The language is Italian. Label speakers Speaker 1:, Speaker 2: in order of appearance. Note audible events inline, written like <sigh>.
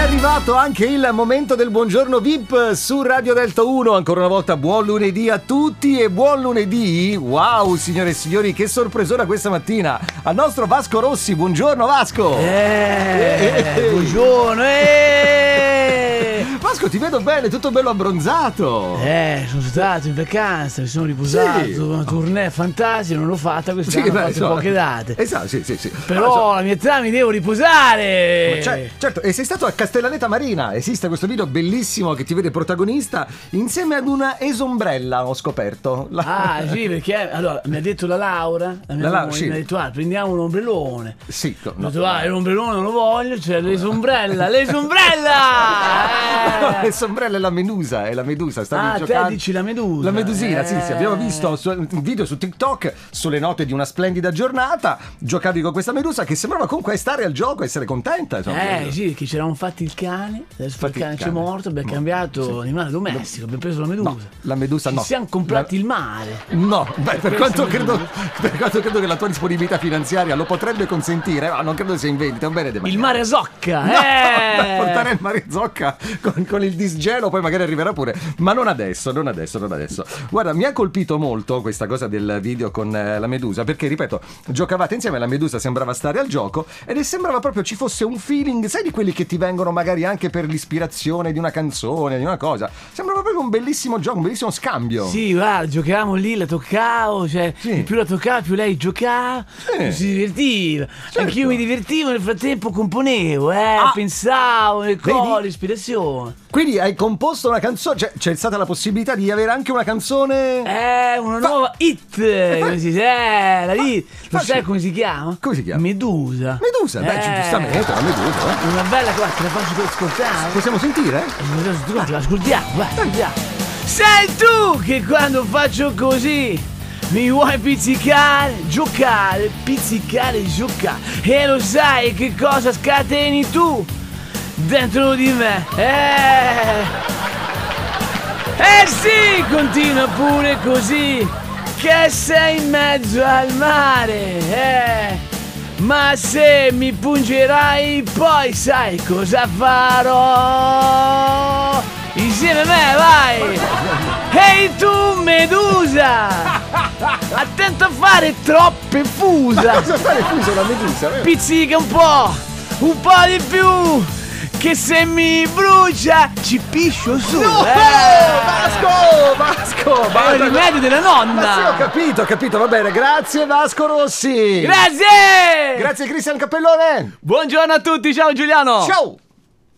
Speaker 1: arrivato anche il momento del buongiorno VIP su Radio Delta 1. Ancora una volta buon lunedì a tutti e buon lunedì. Wow, signore e signori, che sorpresona questa mattina al nostro Vasco Rossi. Buongiorno Vasco.
Speaker 2: Eh, buongiorno. Eh.
Speaker 1: Vasco, ti vedo bene, tutto bello abbronzato.
Speaker 2: Eh, sono stato in vacanza, mi sono riposato,
Speaker 1: Sì.
Speaker 2: una tournée fantastica, non l'ho fatta quest'anno, ho
Speaker 1: beh,
Speaker 2: fatto
Speaker 1: insomma,
Speaker 2: poche date.
Speaker 1: Esatto, sì, sì, sì.
Speaker 2: Però eh. la mia età mi devo riposare.
Speaker 1: Ma c'è- certo, e sei stato a Castellaneta Marina. Esiste questo video bellissimo che ti vede protagonista insieme ad una esombrella, ho scoperto. La-
Speaker 2: Ah sì, perché allora, mi ha detto la Laura, la mia
Speaker 1: La Lau-
Speaker 2: moglie,
Speaker 1: sì.
Speaker 2: mi ha detto ah, prendiamo un ombrellone.
Speaker 1: <laughs> Sì, co-
Speaker 2: Ho
Speaker 1: no.
Speaker 2: detto ah, l'ombrellone non lo voglio, c'è
Speaker 1: <laughs>
Speaker 2: l'esombrella, l'esombrella!
Speaker 1: No,
Speaker 2: Eh.
Speaker 1: le sombrelle e la medusa, è la medusa, stavi
Speaker 2: Ah, te
Speaker 1: giocando.
Speaker 2: dici la medusa.
Speaker 1: La medusina,
Speaker 2: Eh.
Speaker 1: sì, sì, abbiamo visto su- un video su TikTok sulle note di una splendida giornata, giocavi con questa medusa che sembrava comunque stare al gioco, essere contenta, insomma.
Speaker 2: Eh sì, che c'eravamo fatti il cane, adesso
Speaker 1: Fatti il
Speaker 2: il cane c'è
Speaker 1: cane.
Speaker 2: morto, abbiamo
Speaker 1: Mo-
Speaker 2: cambiato
Speaker 1: sì.
Speaker 2: animale domestico, abbiamo preso la medusa.
Speaker 1: No, la medusa
Speaker 2: Ci
Speaker 1: no.
Speaker 2: siamo comprati il mare.
Speaker 1: No, beh, per, quanto
Speaker 2: Questo
Speaker 1: credo,
Speaker 2: non-
Speaker 1: per quanto credo che la tua disponibilità finanziaria lo potrebbe consentire, ma non credo sia in vendita, è un bene demaniale.
Speaker 2: Il mare a zocca,
Speaker 1: No, <laughs> da
Speaker 2: eh!
Speaker 1: portare il mare zocca con, con il disgelo, poi magari arriverà pure. Ma non adesso, non adesso, non adesso. Guarda, mi ha colpito molto questa cosa del video con eh, la Medusa, perché ripeto, giocavate insieme, la Medusa sembrava stare al gioco ed è- sembrava proprio ci fosse un feeling, sai di quelli che ti vengono magari anche per l'ispirazione di una canzone, di una cosa. Sembrava proprio un bellissimo gioco, un bellissimo scambio.
Speaker 2: Sì, guarda, giocavamo lì, la toccavo, cioè,
Speaker 1: Sì.
Speaker 2: più la toccavo, più lei giocava,
Speaker 1: Sì.
Speaker 2: più si divertiva.
Speaker 1: Certo.
Speaker 2: Anch'io mi divertivo, nel frattempo componevo, eh,
Speaker 1: Ah.
Speaker 2: pensavo nel
Speaker 1: Vedi?
Speaker 2: coro, l'ispirazione.
Speaker 1: Quindi hai composto una canzone, cioè c'è stata la possibilità di avere anche una canzone...
Speaker 2: Eh, una nuova hit, come si dice, eh, la hit. Lo
Speaker 1: facile.
Speaker 2: sai come si chiama?
Speaker 1: Come si chiama?
Speaker 2: Medusa.
Speaker 1: Medusa, beh,
Speaker 2: Eh,
Speaker 1: giustamente, la Medusa. eh.
Speaker 2: Una bella qua, te la faccio ascoltare.
Speaker 1: Possiamo sentire?
Speaker 2: Ascoltiamo, ascoltiamo, vai, andiamo. Sei tu che quando faccio così mi vuoi pizzicare, giocare, pizzicare, giocare. E lo sai che cosa scateni tu dentro di me. Eh. Eh sì, continua pure così, che sei in mezzo al mare, eh. Ma se mi pungerai, poi sai cosa farò. Insieme a me, vai. Ehi tu, Medusa! Attento a fare troppe fusa.
Speaker 1: Cosa fa fuso la Medusa? vero?
Speaker 2: Pizzica un po', un po' di più. Che se mi brucia, ci piscio su.
Speaker 1: No!
Speaker 2: eh.
Speaker 1: Vasco! Vasco!
Speaker 2: È il
Speaker 1: basta.
Speaker 2: rimedio della
Speaker 1: Ma sì, ho
Speaker 2: nonna!
Speaker 1: capito, ho capito, va bene, grazie Vasco Rossi!
Speaker 2: Grazie!
Speaker 1: Grazie Cristian Cappellone!
Speaker 2: Buongiorno a tutti, ciao Giuliano!
Speaker 1: Ciao!